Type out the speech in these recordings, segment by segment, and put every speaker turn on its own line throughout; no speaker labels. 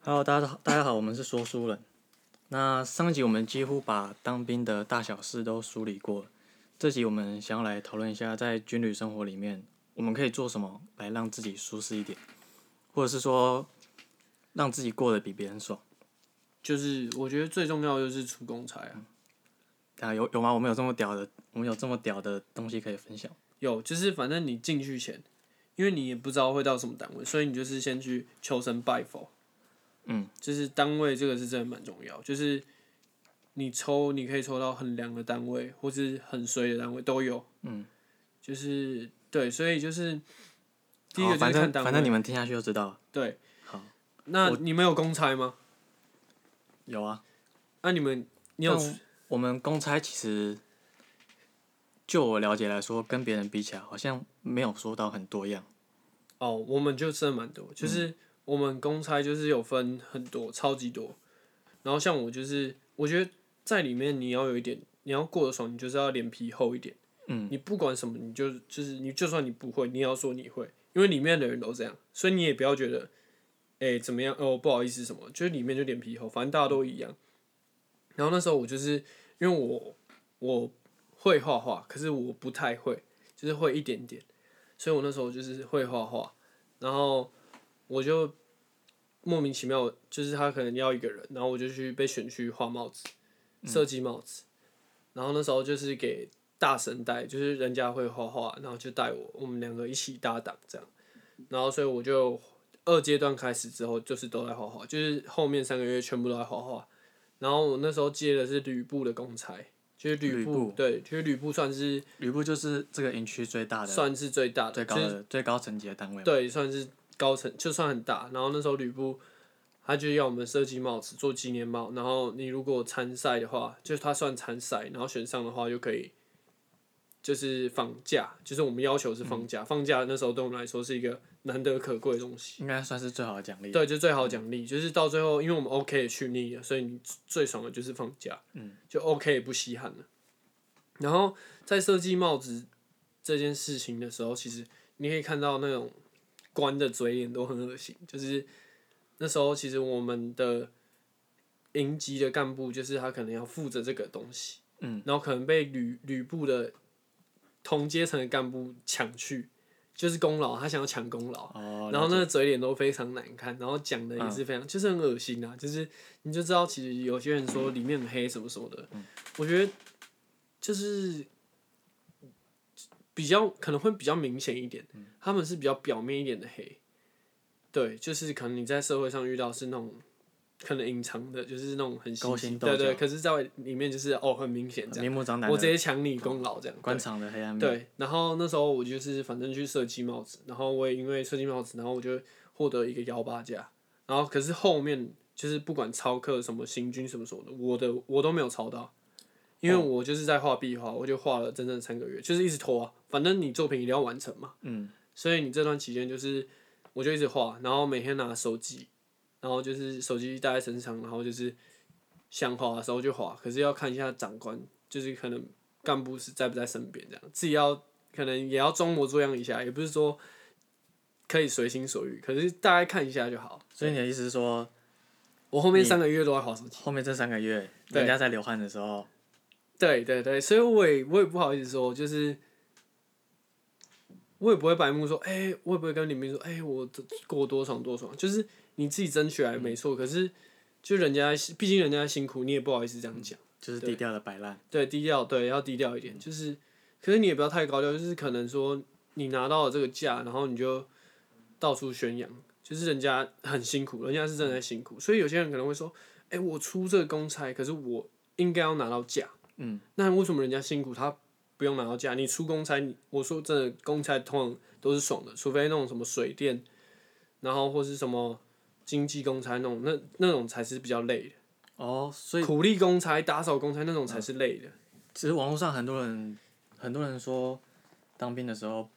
Hello，大家好，大家好，我们是说书人。那上一集我们几乎把当兵的大小事都梳理过了，这集我们想要来讨论一下，在军旅生活里面，我们可以做什么来让自己舒适一点，或者是说让自己过得比别人爽。
就是我觉得最重要的就是出公差
嗯
啊，
啊，有有吗？我们有这么屌的，我们有这么屌的东西可以分享。
有就是反正你进去前，因为你也不知道会到什么单位，所以你就是先去求神拜佛。
嗯，
就是单位这个是真的蛮重要，就是你抽你可以抽到很凉的单位，或是很衰的单位都有。
嗯，
就是对，所以就是第一
好
个就
反
是看
正
单位。
反正你们听下去就知道了。
对，
好，
那你们有公差吗？
有啊，
那、你们你有
但我们公差其实，就我了解来说，跟别人比起来，好像没有说到很多样。
哦，我们就真的蛮多，就是我们公差就是有分很多，超级多。然后像我就是，我觉得在里面你要有一点，你要过得爽，你就是要脸皮厚一点。
嗯，
你不管什么，你就就是你就算你不会，你也要说你会，因为里面的人都这样，所以你也不要觉得，哎、怎么样哦，不好意思什么，就是里面就脸皮厚，反正大家都一样。然后那时候我就是因为我我会画画，可是我不太会，就是会一点点，所以我那时候就是会画画，然后我就莫名其妙，就是他可能要一个人，然后我就去被选去画帽子，设计帽子。然后那时候就是给大神带，就是人家会画画，然后就带我，我们两个一起搭档这样。然后所以我就二阶段开始之后，就是都在画画，就是后面三个月全部都在画画。然后我那时候接的是吕布的公差，就是吕
吕
布，对，就是吕布算是
吕布就是这个营区最大的、
算是最大的，
最高
就是
的、最高层级的单位嘛。
对，算是高层，就算很大。然后那时候吕布他就要我们设计帽子做纪念帽，然后你如果参赛的话，就是他算参赛，然后选上的话就可以，就是放假，就是我们要求
嗯
是放假，放假那时候对我们来说是一个难得可贵的东西。
应该算是最好的奖励。
对，就最好奖励，就是到最后，因为我们 OK 也去腻了，所以你最爽的就是放假，
嗯，
就 OK 也不稀罕了。然后在设计帽子这件事情的时候，其实你可以看到那种官的嘴脸都很恶心，就是那时候其实我们的营级的干部，就是他可能要负责这个东西，
嗯，
然后可能被旅旅部的同阶层的干部抢去，就是功劳，他想要抢功劳，
哦，
然
了
后
嗯
那个嘴脸都非常难看，然后讲的也是非常，就是很恶心啊，就是你就知道，其实有些人说里面很黑什么什么的，
嗯
我觉得就是比较可能会比较明显一点，
嗯
他们是比较表面一点的黑，对，就是可能你在社会上遇到是那种可能隐藏的，就是那种很
勾
细
心
心
斗
对对，
角
可是在里面就是哦很明显
解
这样，
明目张胆
我直
的
接抢你功劳这样，
官场的黑暗面。
对，然后那时候我就是反正去设计帽子，然后我也因为设计帽子，然后我就获得一个幺八加，然后可是后面就是不管超课什么行军什么什么的，我的我都没有超到，因为我就是在画壁画，我就画了整整三个月，就是一直拖啊，反正你作品一定要完成嘛，
嗯，
所以你这段期间就是我就一直画，然后每天拿手机，然后就是手机带在身上，然后就是想画的时候就画，可是要看一下长官，就是可能干部是在不在身边这样，自己要可能也要装模作样一下，也不是说可以随心所欲，可是大概看一下就好。
所以你的意思是说，
我后面三个月都在划手机，
后面这三个月
对
人家在流汗的时候，
对对对，所以我也我也不好意思说，就是我也不会白目说，哎、我也不会跟你们说，哎、我这过多爽多爽，就是你自己争取来没错，可是就人家毕竟人家辛苦，你也不好意思这样讲。
就是低调的摆烂。
对，低调，对，要低调一点。就是，可是你也不要太高调，就是可能说你拿到了这个价，然后你就到处宣扬，就是人家很辛苦，人家是真的在辛苦。所以有些人可能会说，哎、我出这个公差，可是我应该要拿到价。
嗯，
那为什么人家辛苦他不用拿到价？你出公差，你我说真的，公差通常都是爽的，除非那种什么水电，然后或是什么经济公差那种，那那种才是比较累的。
哦，所以
苦力公差、打扫公差那种才是累的。
其实网络上很多人，很多人说，当兵的时候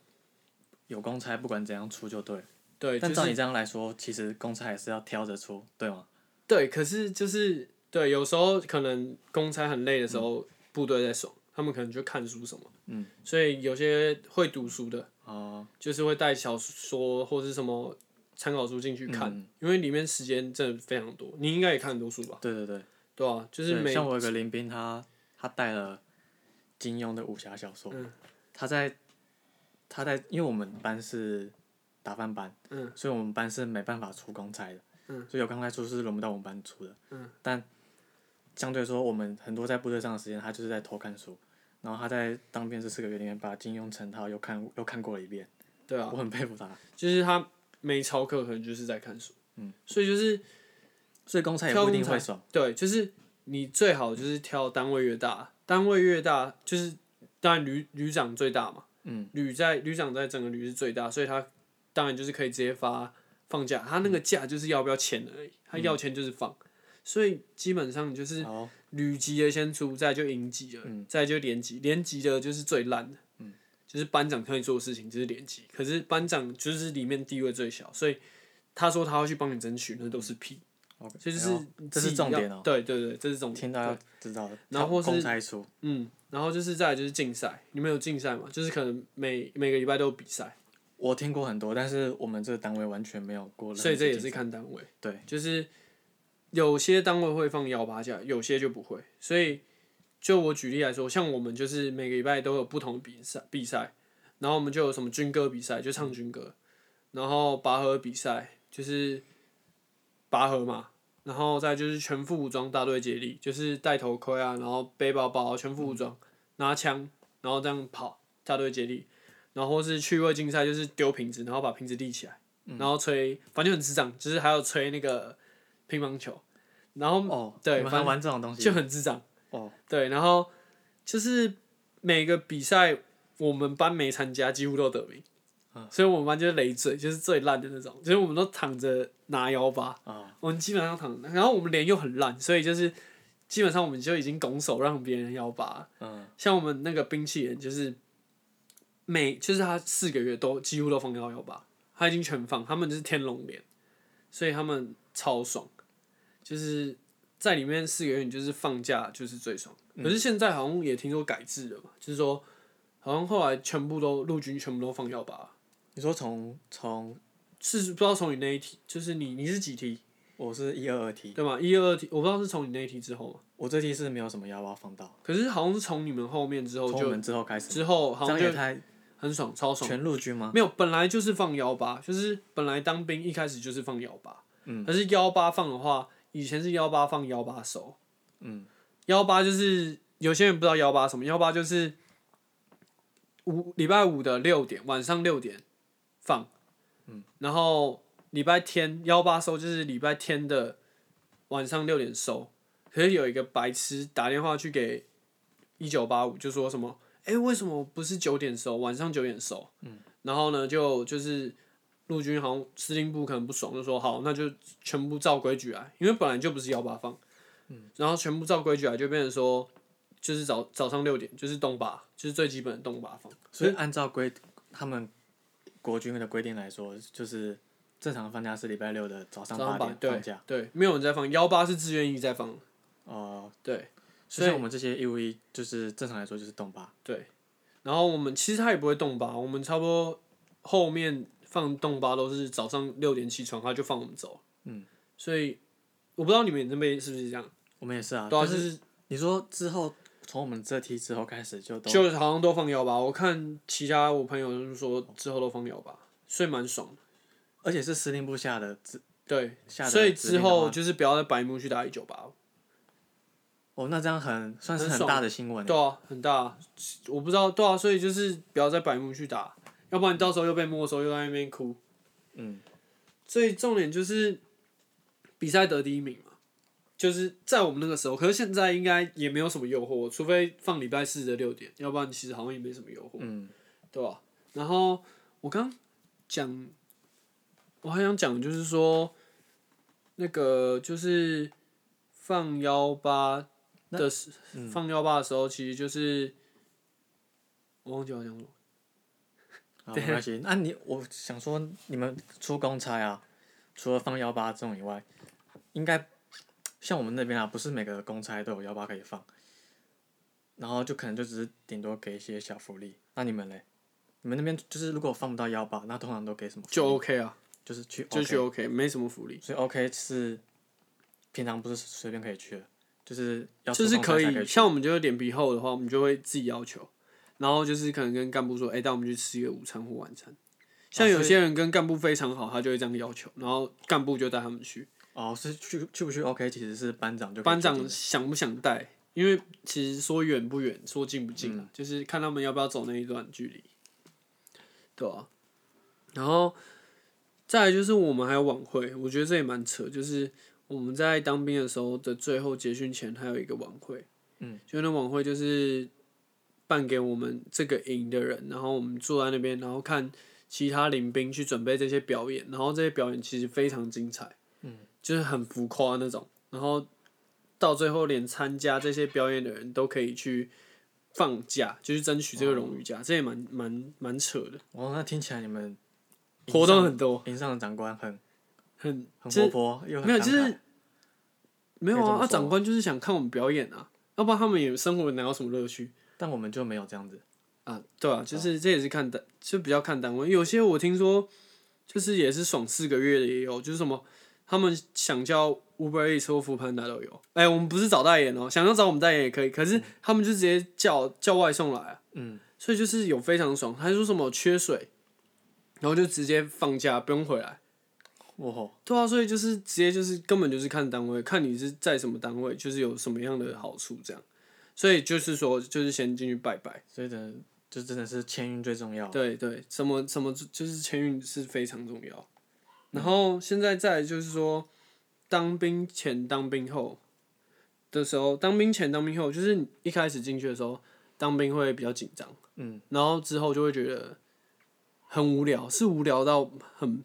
有公差，不管怎样出就对了。
对，
但
就是
照你这样来说，其实公差也是要挑着出，对吗？
对，可是就是对，有时候可能公差很累的时候，部队在爽，他们可能就看书什么，
嗯，
所以有些会读书的，
哦，
就是会带小说或是什么参考书进去看，
嗯
因为里面时间真的非常多，你应该也看很多书吧？
对对对，
对啊，就是
对
每
像我有个林斌他，他带了金庸的武侠小说，
嗯
他在他在，因为我们班是打饭班，
嗯
所以我们班是没办法出公差的，
嗯
所以有公差出是轮不到我们班出的，
嗯
但相对来说，我们很多在部队上的时间，他就是在偷看书。然后他在当兵这四个月里面，把金庸、陈涛又看又看过了一遍，
对啊，
我很佩服他。
就是他每操课可能就是在看书，
嗯，
所以就是
所以公差也
挑
不一
公
定
差
会爽，
对，就是你最好就是挑单位越大，单位越大就是当然旅旅长最大嘛，
嗯，
旅在旅长在整个旅是最大，所以他当然就是可以直接发放假，他那个假就是要不要钱而已，
嗯
他要钱就是放，所以基本上就是
然后
旅级的先出，再就营级了，
嗯
再就连级，连级的就是最烂的，就是班长可以做的事情就是连级，可是班长就是里面地位最小，所以他说他要去帮你争取，那都是屁，
，OK，
所以就
然
是
后哎这是
自己要
重点哦
对对对，这是重点，
听到
对
要知道的，
然后或是
公差出，
嗯，然后就是再来就是竞赛，你们有竞赛吗？就是可能每每个礼拜都有比赛，
我听过很多，但是我们这个单位完全没有过任何
所以这也
竞
是
争
看单位，
对，
就是有些单位会放幺八假，有些就不会，所以就我举例来说，像我们就是每个礼拜都有不同的比赛比赛，然后我们就有什么军歌比赛，就唱军歌，然后拔河比赛就是拔河嘛，然后再就是全副武装大队接力，就是戴头盔啊，然后背包包，全副武装，拿枪，然后这样跑大队接力，然后或是趣味竞赛就是丢瓶子，然后把瓶子立起来，然后吹，反正就很智障，就是还有吹那个乒乓球，然后
哦，
对
你们还
反正
玩这种东西
就，很智障。
哦，
对，然后就是每个比赛我们班没参加，几乎都得名，所以我们班就是累赘，就是最烂的那种，就是我们都躺着拿幺八，
啊
我们基本上躺着，然后我们脸又很烂，所以就是基本上我们就已经拱手让别人幺八。
嗯，
像我们那个冰淇淋就是每就是他四个月都几乎都放幺幺八，他已经全放，他们就是天龙脸，所以他们超爽，就是在里面四个月你就是放假就是最爽。
嗯
可是现在好像也听说改制了嘛，就是说好像后来全部都陆军全部都放幺八，
你说从从
是不知道从你那一题，就是你你是几题
我是一二二题，
对吗？一二题，我不知道是从你那一题之后嘛，
我这题是没有什么腰包放到，
可是好像是从你们后面之后
从我
就
们之后开始，
之后好
这样
像就
也太
很爽，超爽。
全陆军吗？
没有，本来就是放幺八，就是本来当兵一开始就是放幺八，
嗯，
可是幺八放的话，以前是幺八放幺八手，
嗯，
幺八就是有些人不知道幺八什么，幺八就是五礼拜五的六点晚上六点放，嗯，然后礼拜天幺八收就是礼拜天的晚上六点收，可是有一个白痴打电话去给一九八五就说什么，哎、为什么不是九点收，晚上九点收？然后呢，就就是陆军好像司令部可能不爽，就说好，那就全部照规矩来，因为本来就不是幺八放，
嗯
然后全部照规矩来，就变成说，就是早早上六点就是东八，就是最基本的东八放，
所以按照规他们国军的规定来说，就是正常放假是礼拜六的早上
早上
八
八
点放
对
假，
对，没有人在放幺八是自愿意在放，
哦，
对
所以像我们这些义务役就是正常来说就是动八，
对，然后我们其实他也不会动八，我们差不多后面放动八都是早上六点起床，他就放我们走，
嗯，
所以我不知道你们那边是不是这样，
我们也是啊，
对啊，
但
就是是
你说之后从我们这批之后开始就都
就好像都放幺八，我看其他我朋友就是说之后都放幺八，所以蛮爽的。
而且是司令部下的指
对，
下的
所以
指
之
令的
后
话
就是不要再白目去打一九八，
哦，那这样很算是
很
很
爽
大的新闻。
对啊，很大啊，我不知道，对啊，所以就是不要再白目去打，要不然你到时候又被没收，又在那边哭。
嗯，
所以重点就是比赛得第一名嘛，就是在我们那个时候，可是现在应该也没有什么诱惑，除非放礼拜四的六点，要不然其实好像也没什么诱惑。
嗯，
对吧、然后我刚讲，我还想讲就是说，那个就是放幺八的时，
嗯
放幺八的时候，其实就是我忘记我讲什么，
好，没关系。那你我想说，你们出公差啊，除了放幺八这种以外，应该像我们那边啊，不是每个公差都有幺八可以放，然后就可能就只是顶多给一些小福利。那你们嘞？你们那边就是如果放不到幺八，那通常都给什么？
就 OK 啊，
就是去 OK,
就去 OK，没什么福利，
所以 OK 是平常不是随便可以去的，就是要
就
抽
是
空
可
才以
以。
去
像我们就是脸皮厚的话，我们就会自己要求，然后就是可能跟干部说，哎、带我们去吃一个午餐或晚餐。
哦
像有些人跟干部非常好，他就会这样要求，然后干部就带他们去。
哦，是去去不去 OK 其实是班长就可以
班
决定
长想不想带？因为其实说远不远，说近不近啊，就是看他们要不要走那一段距离，对啊。然后再来就是我们还有晚会，我觉得这也蛮扯，就是我们在当兵的时候的最后结训前还有一个晚会，嗯，就那晚会就是办给我们这个营的人，然后我们坐在那边，然后看其他领兵去准备这些表演，然后这些表演其实非常精彩，嗯，就是很浮夸那种，然后。到最后连参加这些表演的人都可以去放假，就是争取这个荣誉假，这也蛮蛮蛮扯的。
哦，那听起来你们营
活动
上
很多，
营上的长官很
很
很
就是
活泼，又很
没有，
慷慨
就是没有
可以这么
啊。
说
啊，长官就是想看我们表演啊，要不然他们也生活哪有什么乐趣
但我们就没有这样子。
啊？对啊，就是这也是看单，就比较看单位。有些我听说就是也是爽四个月的也有，就是什么他们想叫 Uber Eats 或 f o o 都有。哎、我们不是找代言哦、想要找我们代言也可以，可是他们就直接叫叫外送来啊。
嗯，
所以就是有非常爽。他说什么缺水，然后就直接放假不用回来。
哇吼，
对啊，所以就是直接就是根本就是看单位，看你是在什么单位，就是有什么样的好处这样。所以就是说，就是先进去拜拜。
所以真的就真的是签运最重要。
对对，什么什么就是签运是非常重要。然后现在再来就是说，当兵前、当兵后的时候，当兵前、当兵后，就是你一开始进去的时候，当兵会比较紧张，
嗯，
然后之后就会觉得很无聊，是无聊到很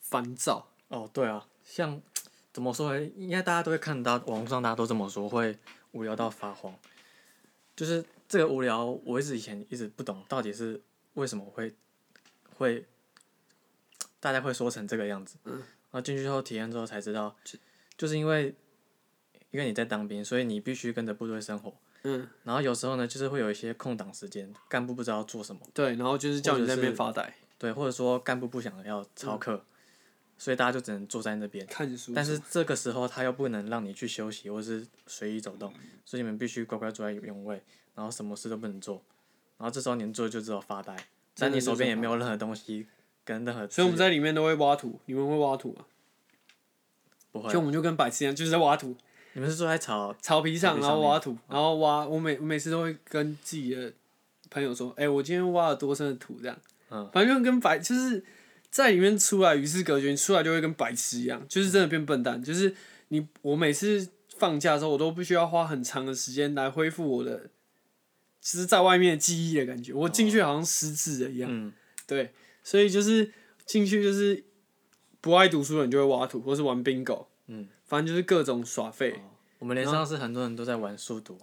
烦躁。
哦，对啊，像怎么说呢？应该大家都会看到网络上大家都这么说，会无聊到发慌。就是这个无聊，我一直以前一直不懂，到底是为什么会会大家会说成这个样子。嗯。然后进去后体验之后才知道，就是因为因为你在当兵，所以你必须跟着部队生活。
嗯，
然后有时候呢，就是会有一些空档时间，干部不知道做什么。
对，然后就是叫你在那边发呆
对，或者说干部不想要操课，所以大家就只能坐在那边。
看书，
但是这个时候他又不能让你去休息或是随意走动，所以你们必须乖乖坐在原位，然后什么事都不能做，然后这时候你能做的就只有发呆，但你手边也没有任何东西跟任何资
所以我们
源，
在里面都会挖土，你们会挖土吗？
不
就
会，
我们就跟白痴一样，就是在挖土。
你们是坐在草，
草皮上，
草皮上
然后挖土，然后挖。我每我每次都会跟自己的朋友说：“哎、我今天挖了多深的土，这样。”
嗯，
反正就跟白就是在里面出来与世隔绝，你出来就会跟白痴一样，就是真的变笨蛋。就是你，我每次放假的时候，我都必须要花很长的时间来恢复我的，就是在外面的记忆的感觉。我进去好像失智了一样。
嗯，
对，所以就是进去就是不爱读书的人就会挖土，或是玩 bingo，
嗯，
反正就是各种耍废。
我们连上是很多人都在玩数独，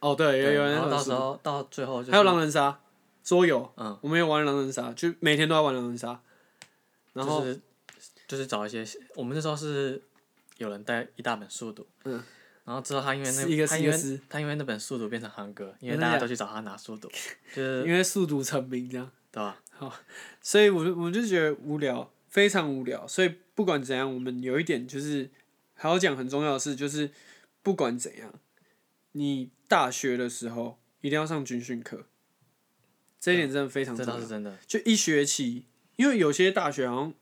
哦，对，有有人
然后
玩
到
书
时候到最后就是
还有狼人杀，桌游，
嗯，
我们有玩狼人杀，就每天都在玩狼人杀。然后
就是就是找一些，我们那时候是有人带一大本数独，
嗯，
然后之后他因为
撕一
那
个
他
撕一
因
个
为
撕
他因为那本数独变成行歌，因为
真的
大家
假
都去找他拿数独，就是
因为速读成名这样，
对吧？
所以我就我就觉得无聊，非常无聊。所以不管怎样，我们有一点就是还要讲很重要的事，就是不管怎样，你大学的时候一定要上军训课，这一点真的非常
这
重要
倒。是真的，
就一学期，因为有些大学好像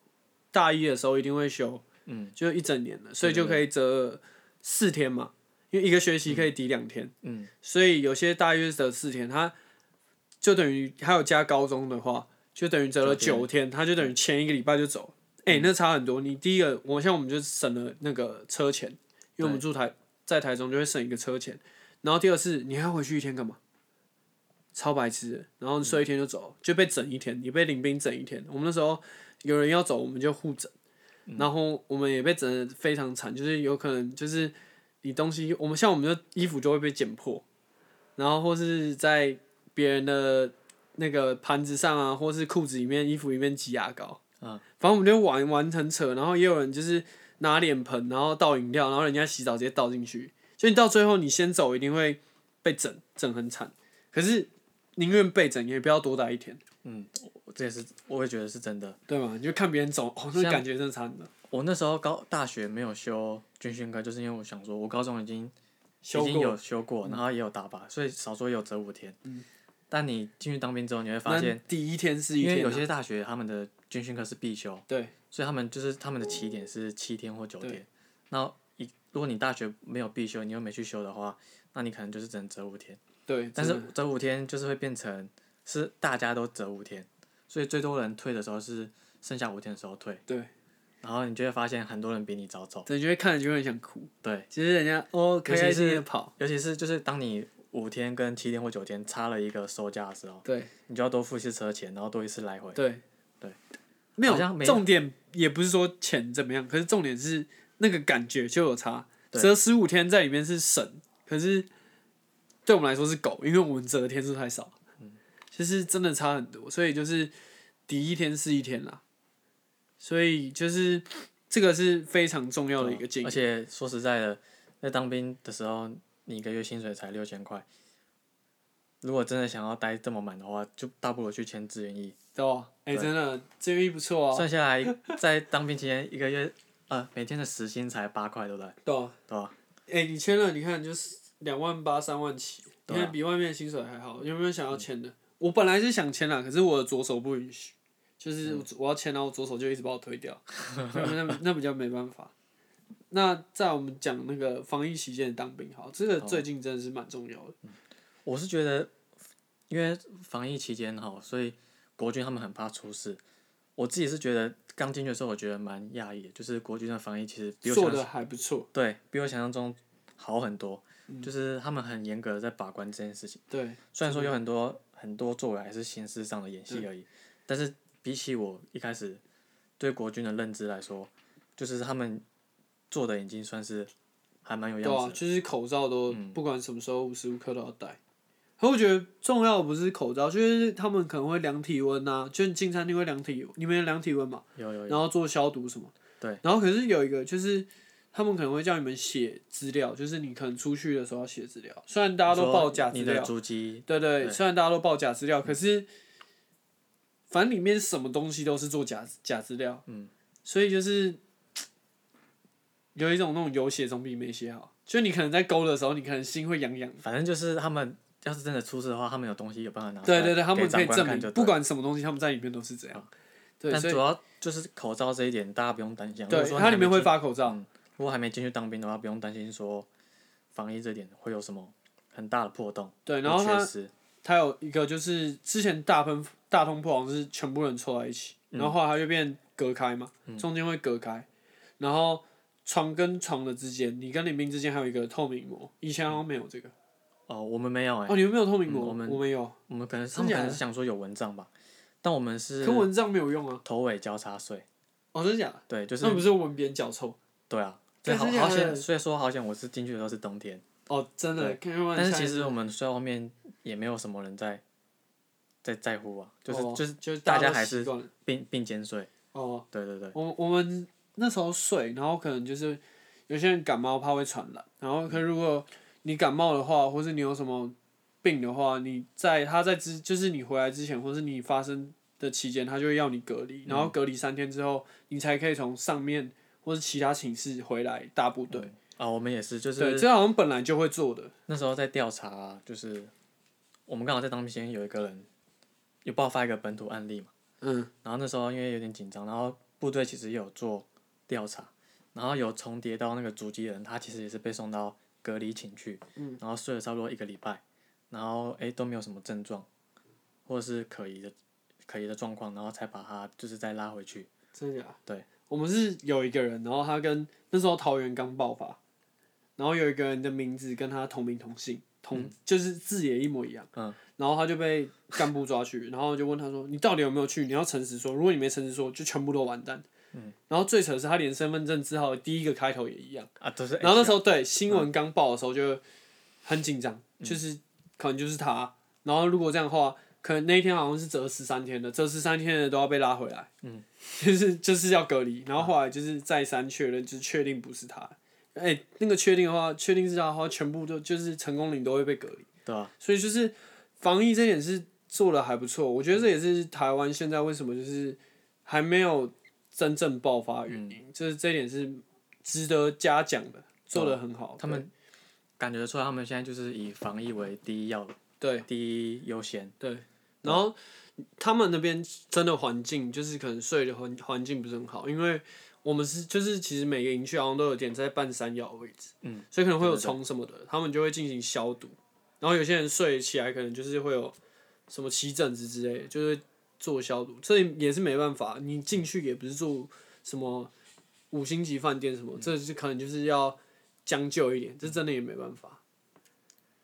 大一的时候一定会修，
嗯，
就一整年了，所以就可以折四天嘛，因为一个学期可以抵两天，
嗯，
所以有些大约折四天，它就等于还有加高中的话，就等于折了
九嗯
九天，它就等于前一个礼拜就走，哎、那差很多。你第一个，我像我们就省了那个车钱，因为我们住台在台中就会省一个车钱，然后第二是你还要回去一天干嘛？超白痴的，然后你睡一天就走，就被整一天，你被领兵整一天。我们那时候有人要走，我们就互整，然后我们也被整的非常惨，就是有可能就是你东西，我们像我们就衣服就会被剪破，然后或是在别人的那个盘子上啊，或是裤子里面、衣服里面挤牙膏，
嗯，
反正我们就玩玩得很扯，然后也有人就是拿脸盆，然后倒饮料，然后人家洗澡直接倒进去，所以你到最后你先走一定会被整整很惨，可是宁愿被整，也不要多待一天，
嗯，我这也是我也觉得是真的。
对吗？你就看别人走，哦，那感觉真的差很多。
我那时候高大学没有修军训课，就是因为我想说，我高中已经
修
已经
过，嗯
有修过，然后也有打靶，所以少说也有折五天。但你进去当兵之后，你会发
那
现，
第一天是一
因为
天
有
啊，
些大学他们的军训课是必修，
对，
所以他们就是他们的起点是七天或九天。那一如果你大学没有必修，你又没去修的话，那你可能就是只能折五天。
对，
但
真
是
的
折五天就是会变成是大家都折五天，所以最多人退的时候是剩下五天的时候退。
对。
然后你就会发现很多人比你早走。
对，就会看着就会很想哭。
对，
其实人家哦，开
尤其
开
是
心心地跑，
尤其是就是当你五天跟七天或九天差了一个收假的时候，
对
你就要多付一次车钱，然后多一次来回。
对
对，
没有
好像没
重点也不是说钱怎么样，可是重点是那个感觉就有差。
对
折十五天在里面是省，可是对我们来说是狗，因为我们折的天数太少，
嗯
其实真的差很多。所以就是第一天是一天啦，所以就是这个是非常重要的一个建议
而。且说实在的，在当兵的时候，你一个月薪水才六千块。如果真的想要待这么满的话，就大不如去签志愿役。
对吧？哎、真的，这个不错啊，
算下来，在当兵期间一个月，呃，每天的时薪才八块，对不对？
对啊，
对吧？
哎、你签了，你看就是两万八、三万起，你
对啊
看比外面的薪水还好。有没有想要签的？我本来是想签啦，可是我的左手不允许，就是
嗯
我我要签，然后左手就一直把我推掉， 那那那比较没办法。那在我们讲那个防疫期间的当兵，好，这
哦
个最近真的是蛮重要的。
我是觉得，因为防疫期间哈，所以国军他们很怕出事。我自己是觉得刚进去的时候，我觉得蛮讶异的，就是国军的防疫其实比我想
做的还不错，
对比我想象中好很多，就是他们很严格的在把关这件事情。
对
虽然说有很多很多作为还是形式上的演戏而已，但是比起我一开始对国军的认知来说，就是他们做的已经算是还蛮有
对
样子嗯
啊，就是口罩都不管什么时候无时无刻都要戴。可我觉得重要的不是口罩，就是他们可能会量体温啊，就是你进餐厅会量体，你们有量体温吗？
有有有
然后做消毒什么。
对。
然后可是有一个就是，他们可能会叫你们写资料，就是你可能出去的时候要写资料。虽然大家都
说
报假资
你的
料，
足迹，
对对，虽然大家都报假资料，可是反正里面什么东西都是做假假资料。嗯。所以就是有一种那种有写总比没写好。就你可能在勾的时候，你可能心会痒痒。
反正就是他们要是真的出事的话，他们有东西有办法拿出来
对对对，他们
啊给长
可以
官
证
看
明
就，
不
对嗯
管什么东西，他们在里面都是这样。对，
但
所以
主要就是口罩这一点，大家不用担心啊。如
对
果说
它
你
里面
还没嗯
会发口罩。
进如果还没进去当兵的话，不用担心说防疫这点会有什么很大的破洞。
对，然后
或
它
缺失，
他有一个就是之前大喷大通铺好像是全部人凑在一起，然后
嗯
后来他就变隔开嘛，中间会隔开，然后床跟床的之间，你跟林兵之间还有一个透明膜，以前好像没有这个。
哦，我们没有哎、
哦，你们没有透明膜，
嗯
我
我
们
们
有，
我们可能他
真
们
假
可
的
能是想说有蚊帐吧，但我们是
可蚊帐没有用啊。
头尾交叉睡，
哦，真的假的？
对，就是
那不是闻别人脚臭？
对啊，所
对
以好
真假
好
的
险，所以说好险，我是进去的时候是冬天，
哦，真的，看看
但是其实我们睡到后面也没有什么人在在在乎啊，就是、
哦
就是
就是
大
家
家还
都习
是
惯了
并并肩睡，
哦，
对对对，
我我们那时候睡，然后可能就是有些人感冒怕会传染，然后可如果你感冒的话，或是你有什么病的话，你在他在之就是你回来之前，或是你发生的期间，他就会要你隔离，然后
嗯
隔离三天之后，你才可以从上面或是其他寝室回来大部队。
啊，我们也是，就是
对，这好像本来就会做的。
那时候在调查、就是我们刚好在当兵期间有一个人有爆发一个本土案例嘛，
嗯，
然后那时候因为有点紧张，然后部队其实也有做调查，然后有重叠到那个足迹的人，他其实也是被送到隔离寝去，
嗯
然后睡了差不多一个礼拜，然后诶都没有什么症状，或者是可疑的可疑的状况，然后才把他就是再拉回去，
真的假的？
对，
我们是有一个人，然后他跟那时候桃园刚爆发，然后有一个人的名字跟他同名同姓，同、就是字也一模一样。
嗯。
然后他就被干部抓去，然后就问他说：“你到底有没有去？你要诚实说，如果你没诚实说，就全部都完蛋。”嗯。然后最扯的是，他连身份证字号的第一个开头也一样。
啊，都是
然后那时
候
候对新闻刚报的时候就很紧张，
嗯
就是可能就是他。然后如果这样的话，可能那一天好像是折十三天的，折十三天的都要被拉回来，
嗯，
就是就是要隔离。然后后来就是再三确认，就是确定不是他。哎、那个确定的话，确定是他的话，全部都就是成功领都会被隔离。
对啊，
所以就是防疫这点是做的还不错，我觉得这也是台湾现在为什么就是还没有真正爆发的原因，就是这一点是值得嘉奖的，做的很好。
啊他们感觉得出来，他们现在就是以防疫为第一要
对，
第一优先。
然后他们那边真的环境就是可能睡的环环境不是很好，因为我们是就是其实每个营区好像都有点在半山腰的位置，
嗯，
所以可能会有虫什么的，他们就会进行消毒。然后有些人睡起来可能就是会有什么起疹子之类的，就是做消毒，这也是没办法，你进去也不是住什么五星级饭店什么，这是可能就是要将就一点，这真的也没办法，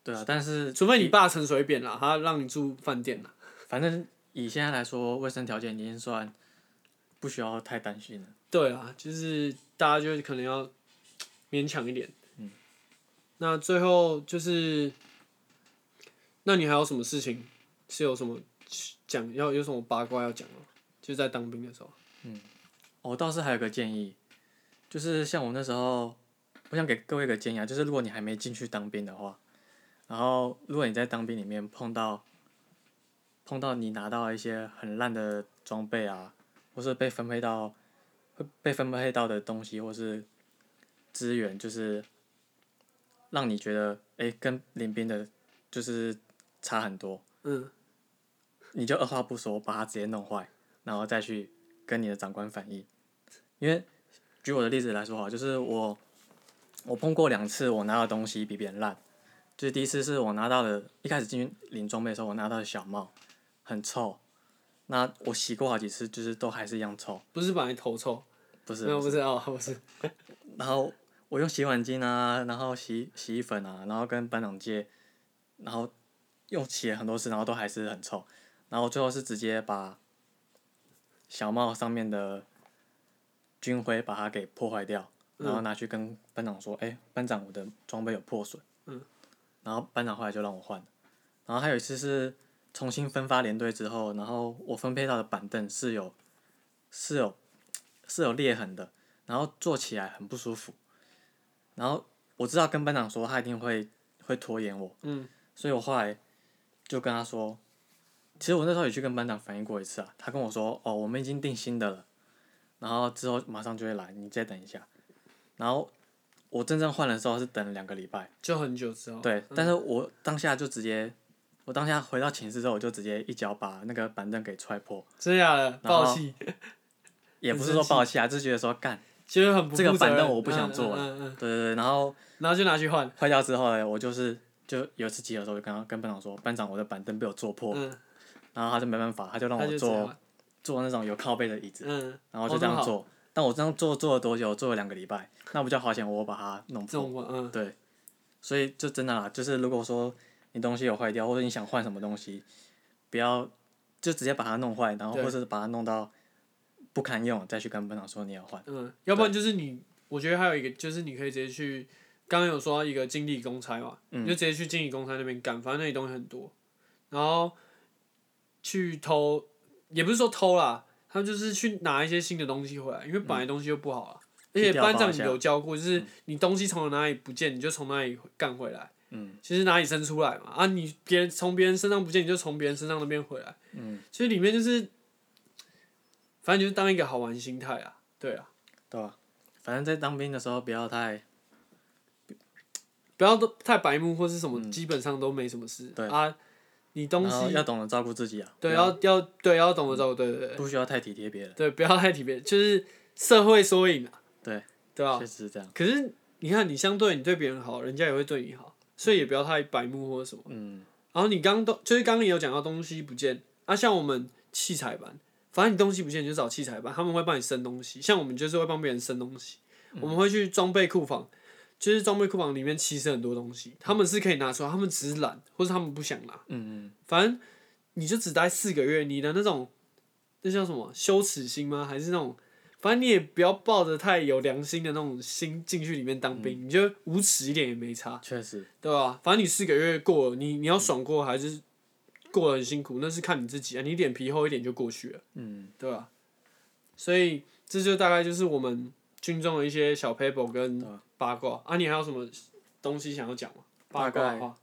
对啊，但是
除非你爸陈水扁啦，他让你住饭店啦，
反正以现在来说，卫生条件已经算不需要太担心了。
对啊，就是大家就可能要勉强一点。那最后就是，那你还有什么事情是有什么讲要有什么八卦要讲吗？就在当兵的时候，
我哦倒是还有个建议，就是像我那时候，我想给各位一个建议啊，就是如果你还没进去当兵的话，然后如果你在当兵里面碰到碰到你拿到一些很烂的装备啊，或是被分配到会被分配到的东西或是资源，就是让你觉得哎、诶跟临兵的就是差很多，
嗯，
你就二话不说把它直接弄坏，然后再去跟你的长官反映。因为举我的例子来说好，就是我我碰过两次，我拿到的东西比别人烂。就是第一次是我拿到的，一开始进去领装备的时候，我拿到的小帽很臭，那我洗过好几次，就是都还是一样臭，
不是把你头臭，
不是
没有不是哦，不是，
然后我用洗碗巾啊，然后洗洗衣粉啊，然后跟班长借，然后用洗了很多次，然后都还是很臭。然后最后是直接把小帽上面的军徽把它给破坏掉，然后拿去跟班长说：“哎、班长，我的装备有破损。”
嗯。
然后班长后来就让我换了。然后还有一次是重新分发连队之后，然后我分配到的板凳是有是有是有裂痕的。然后坐起来很不舒服。然后我知道跟班长说他一定会会拖延我，
嗯，
所以我后来就跟他说，其实我那时候也去跟班长反映过一次啊，他跟我说哦，我们已经定新的了，然后之后马上就会来，你再等一下。然后我真正换的时候是等了两个礼拜。
就很久之后，
对，但是我当下就直接，我当下回到寝室之后，我就直接一脚把那个板凳给踹破，
真的假的？
然后
暴气，
也
很
不是
生
说抱气啊，就是觉得说干，
就是很不
这个
负责
板凳
任
我不想
嗯
坐了
嗯嗯嗯
对对对，然后
然后就拿去换，
坏掉之后呢，我就是就有一次集合的时候，我就跟他跟班长说，班长我的板凳被我坐破，
嗯，
然后他就没办法，他就让
他
我
就这样
坐
换，
坐那种有靠背的椅子，
嗯，
然后
哦
就这
那
样
好
坐。但我这样坐坐了多久？坐了两个礼拜，那不叫好险，我把它弄
这
破。
种换，嗯，
对，所以就真的啦，就是如果说你东西有坏掉，或者你想换什么东西，不要就直接把它弄坏，然后
对
或者是把它弄到不堪用，再去跟班长说你要换。
嗯，要不然就是你，我觉得还有一个就是你可以直接去，刚刚有说到一个经理公差嘛，你就直接去经理公差那边干，反正那里东西很多，然后去偷，也不是说偷啦，他们就是去拿一些新的东西回来，因为本来东西就不好了。啊而且
去调
班
查
长
一下
有教过，就是你东西从哪里不见，你就从哪里干回来。嗯，其实哪里生出来嘛，啊，你别人从别人身上不见，你就从别人身上那边回来。嗯，其实里面就是，反正就是当一个好玩心态啊，对啊。
对吧？反正在当兵的时候不要太
不要都太白目或是什么，基本上都没什么事。
嗯对
啊，你东
然后
西
要懂得照顾自己啊，
对
不
要要对要懂得照顾，对对
要
对
不需要太体贴别人，
对，不要太体面，就是社会缩影啊，
对，
对吧、
确实是这样。
可是你看，你相对你对别人好，人家也会对你好，所以也不要太白目或者什么。
嗯，
然后你刚刚都就是刚刚也有讲到东西不见啊，像我们器材班，反正你东西不见你就找器材班，他们会帮你升东西。像我们就是会帮别人升东西，我们会去装备库房，就是装备库房里面其实很多东西，他们是可以拿出来，他们只是懒或者他们不想拿。
嗯嗯，
反正你就只待四个月，你的那种那叫什么羞耻心吗？还是那种，反正你也不要抱着太有良心的那种心进去里面当兵，你就无耻一点也没差。
确实，
对吧、反正你四个月过了，你你要爽过还是过得很辛苦，那是看你自己啊。你脸皮厚一点就过去了，
嗯，
对吧、所以这就大概就是我们军中的一些小 paper 跟
啊
八卦啊。你还有什么东西想要讲吗？八
大
卦
概
的话，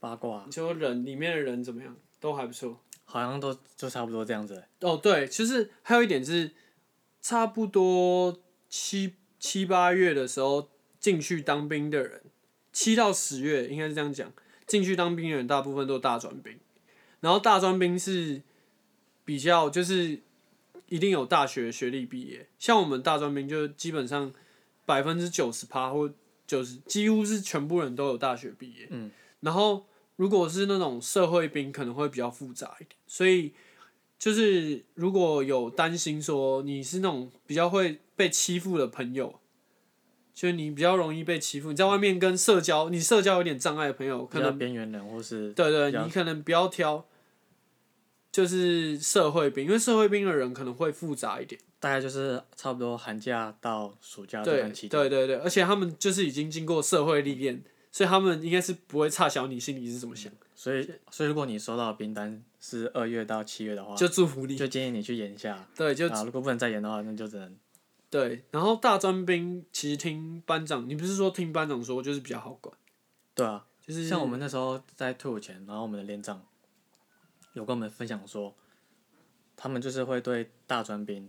八卦
就人里面的人怎么样，都还不错。
好像都就差不多这样子。
哦，对，其实还有一点是，差不多七七八月的时候进去当兵的人，七到十月应该是这样讲，进去当兵的人大部分都是大专兵，然后大专兵是比较就是一定有大学学历毕业，像我们大专兵就基本上百分之九十趴或九十几乎是全部人都有大学毕业，嗯，然后如果是那种社会兵可能会比较复杂一点，所以。就是如果有担心说你是那种比较会被欺负的朋友，就是你比较容易被欺负，你在外面跟社交，你社交有点障碍的朋友，
比
可能
较边缘人或是
对对
比较
你可能不要挑，就是社会兵，因为社会兵的人可能会复杂一点。
大概就是差不多寒假到暑假这
对
段期间，
对对对，而且他们就是已经经过社会历练，所以他们应该是不会差小你心里是怎么想，
所以所以如果你收到的冰单是二月到七月的话，
就祝福你。
就建议你去延一下。
对，就
啊，如果不能再延的话，那就只能
对。然后大专兵其实听班长，你不是说听班长说就是比较好管，
对啊，
就是
像我们那时候在退伍前，然后我们的连长有跟我们分享说，他们就是会对大专兵，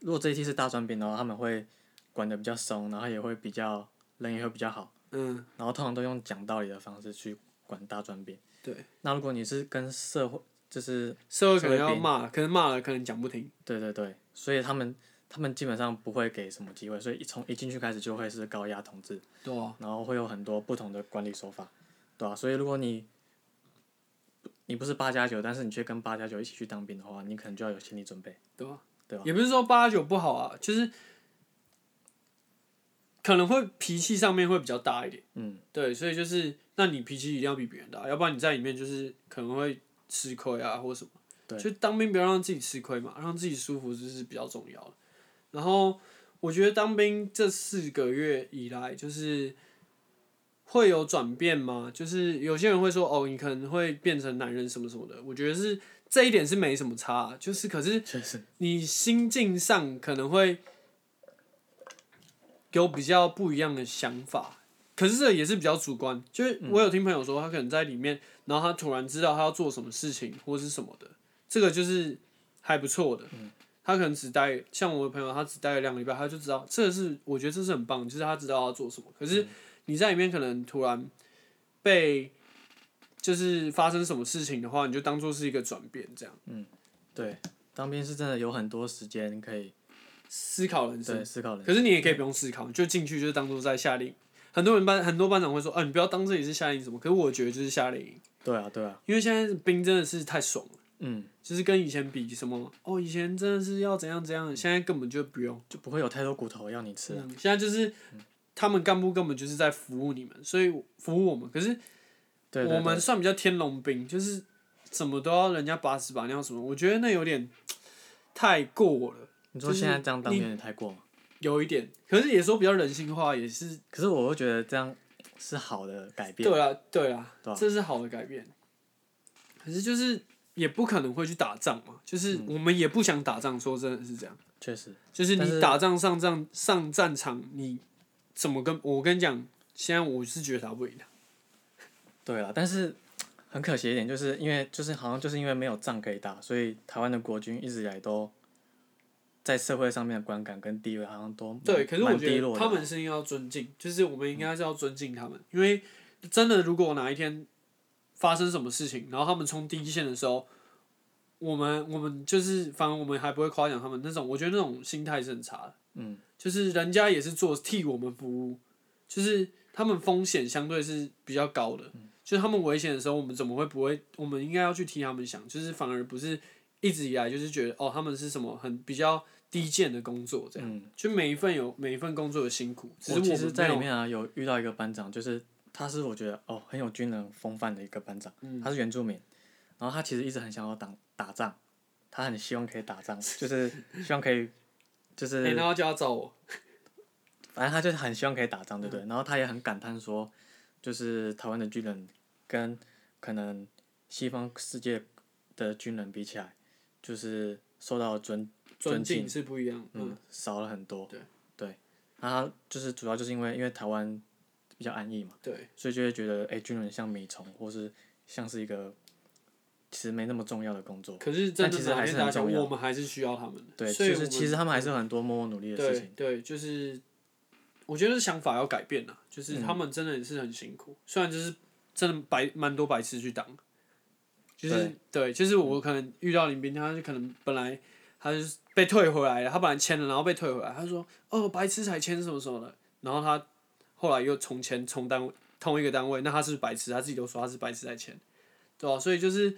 如果这一期是大专兵的话，他们会管的比较松，然后也会比较人也会比较好，
嗯，
然后通常都用讲道理的方式去管大专兵。
对。
那如果你是跟社会，就是
社会可能
社会
要
病
骂，可能骂了可能讲不听。
对对对，所以他们他们基本上不会给什么机会，所以一从一进去开始就会是高压统治。
对啊，
然后会有很多不同的管理手法，对吧、啊所以如果你你不是八加九，但是你却跟八加九一起去当兵的话，你可能就要有心理准备。
对啊，
对啊
也不是说八九不好啊，就是可能会脾气上面会比较大一点。
嗯，
对，所以就是，那你脾气一定要比别人大，要不然你在里面就是可能会吃亏啊，或什么。
对
就当兵不要让自己吃亏嘛，让自己舒服就是比较重要的。然后我觉得当兵这四个月以来，就是会有转变吗？就是有些人会说，哦，你可能会变成男人什么什么的。我觉得是这一点是没什么差啊、就是可是
确实，
你心境上可能会有比较不一样的想法，可是这也是比较主观。就是我有听朋友说，他可能在里面，然后他突然知道他要做什么事情或是什么的，这个就是还不错的。他可能只待，像我的朋友，他只待了两个礼拜，他就知道这是我觉得这是很棒，就是他知道要做什么。可是你在里面可能突然被就是发生什么事情的话，你就当做是一个转变，这样
对，当兵是真的有很多时间可以
思考人生。
对思考人
可是你也可以不用思考，你就进去就是当做在夏令营。很多人班很多班长会说，啊，你不要当这里是夏令营什么，可是我觉得就是夏令营，
对啊，对啊，
因为现在兵真的是太爽了，
嗯，
就是跟以前比什么，哦，以前真的是要怎样怎样，现在根本就不用。
就不会有太多骨头要你吃啊、
嗯，现在就是他们干部根本就是在服务你们，所以服务我们。可是
对对
我们算比较天龙兵，就是什么都要人家把屎把尿什么，我觉得那有点太过了，
你说现在这样当兵有点太过吗？
有一点。可是也说比较人性化，也是
可是我会觉得这样是好的改变。
对啦，对啦，
对啊
这是好的改变。可是就是也不可能会去打仗嘛，就是我们也不想打仗，说真的是这样。
确实，
就是
但
你
是
打仗上战上战场，你怎么跟我跟你讲？现在我是觉得打不赢的，
对啊，但是很可惜一点，就是因为就是好像就是因为没有仗可以打，所以台湾的国军一直以来都在社会上面的观感跟地位好像都蛮
对。可是我
蛮
觉
低
得
落
他
的。啊嗯
们是应该要尊敬，就是我们应该是要尊敬他们，因为真的如果哪一天发生什么事情，然后他们冲第一线的时候，我们我们就是反正我们还不会夸奖他们那种，我觉得那种心态是很差的。
嗯，
就是人家也是做替我们服务，就是他们风险相对是比较高的，
嗯
就是他们危险的时候，我们怎么会不会？我们应该要去替他们想，就是反而不是一直以来就是觉得哦，他们是什么很比较低贱的工作这样，
嗯
就每一份有每一份工作的辛苦，只是
我
我
其
们
实在里
没有
面啊有遇到一个班长，就是他是我觉得哦很有军人风范的一个班长，
嗯
他是原住民，然后他其实一直很想要打打仗，他很希望可以打仗，就是希望可以就是
哎、那要叫他找我，
反正他就是很希望可以打仗，对不对？然后他也很感叹说，就是台湾的军人跟可能西方世界的军人比起来，就是受到的尊
尊
尊
敬是不一样，嗯，
嗯少了很多。
对
对，那他就是主要就是因为因为台湾比较安逸嘛，
对，
所以就会觉得哎、军人像米虫，或是像是一个其实没那么重要的工作。
可是真
但
的
其实还是
打
很
球，
重要
我们还是需要他们的。
对，
所以
就
我
是
们
其实他们还是有很多默默努力的事
对
情。
对，就是我觉得想法要改变啦，就是
嗯
他们真的也是很辛苦，虽然就是真的白蛮多白痴去当，就是对，就是我可能遇到林斌，他就可能本来他就是被退回来了，他本来签了，然后被退回来，他说哦白痴才签什么什么的，然后他后来又重签重单位同一个单位，那他是不是白痴，他自己都说他是白痴才签，对啊吧、所以就是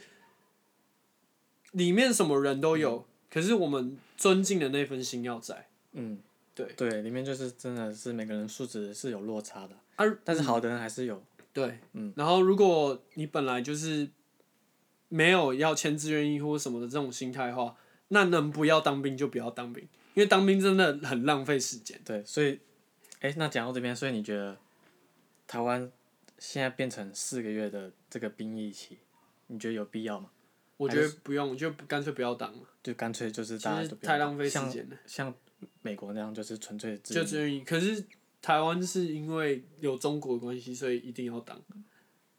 里面什么人都有，可是我们尊敬的那份心要在。
嗯，
对
对，里面就是真的是每个人素质是有落差的，
啊，
但是好的人还是有。
对，嗯，然后如果你本来就是没有要签志愿役或什么的这种心态的话，那能不要当兵就不要当兵，因为当兵真的很浪费时间。
对，所以，哎、那讲到这边，所以你觉得台湾现在变成四个月的这个兵役期，你觉得有必要吗？
我觉得不用，就干脆不要当了，
就干脆就是大
就
家
是
就不要
太浪费时
像
间了。
像美国那样，就是纯粹自
就志愿役，可是台湾是因为有中国的关系，所以一定要当，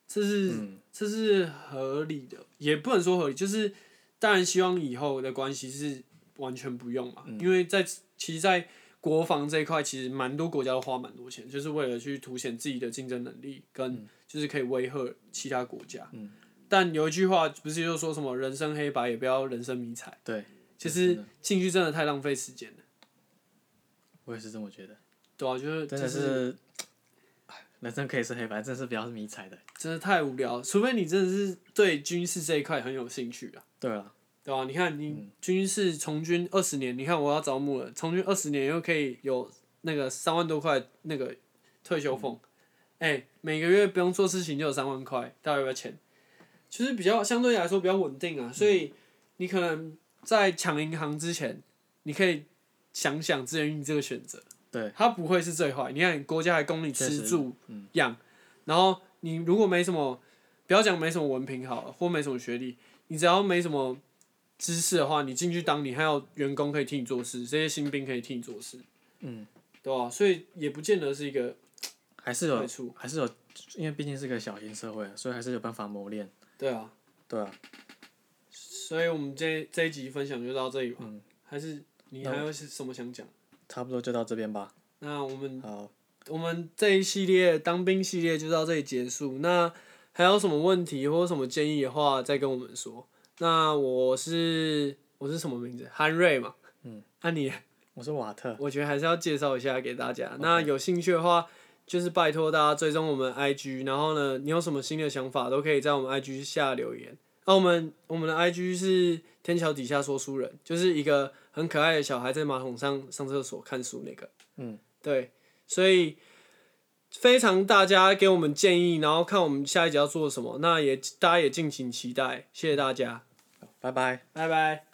这是、
嗯
这是合理的，也不能说合理，就是当然希望以后的关系是完全不用嘛，
嗯
因为在其实，在国防这一块，其实蛮多国家都花蛮多钱，就是为了去凸显自己的竞争能力，
嗯
跟就是可以威吓其他国家。但有一句话不是就说什么人生黑白，也不要人生迷彩。
对，
其
真
实进去真的太浪费时间了，
我也是这么觉得，
对啊，就是
真
就
的 是，哎人生可以是黑白，真的是比较迷彩的。
真的太无聊了，除非你真的是对军事这一块很有兴趣啊，
对啊，
对吧、你看你军事从军二十年，你看我要招募了，从军二十年又可以有那个三万多块那个退休
嗯
俸，哎、每个月不用做事情就有三万块，大家要不要钱？就是比较相对来说比较稳定
嗯
啊，所以你可能在抢银行之前，你可以想想志愿役这个选择。
对，
它不会是最坏。你看，国家还供你
确实嗯
吃住养，然后你如果没什么，不要讲没什么文凭好了，或没什么学历，你只要没什么知识的话，你进去当，你还有员工可以替你做事，这些新兵可以替你做事，
嗯，
对吧、所以也不见得是一个
还是有
坏处，
还是有，因为毕竟是个小型社会，啊所以还是有办法磨练。
对啊。
对啊，
所以我们这这一集分享就到这里吧。
嗯
还是你
那
还有什么想讲？
差不多就到这边吧。
那我们
好，
我们这一系列当兵系列就到这里结束。那还有什么问题或什么建议的话，再跟我们说。那我是我是什么名字？韩瑞嘛。嗯。那、你，
我是瓦特，
我觉得还是要介绍一下给大家。那有兴趣的话，就是拜托大家追踪我们 IG，然后呢，你有什么新的想法都可以在我们 IG 下留言。那、我们我们的 IG 是天桥底下说书人，就是一个很可爱的小孩在马桶上上厕所看书那个。
嗯，
对，所以非常大家给我们建议，然后看我们下一集要做什么，那也大家也敬请期待，谢谢大家，
拜拜。
拜拜。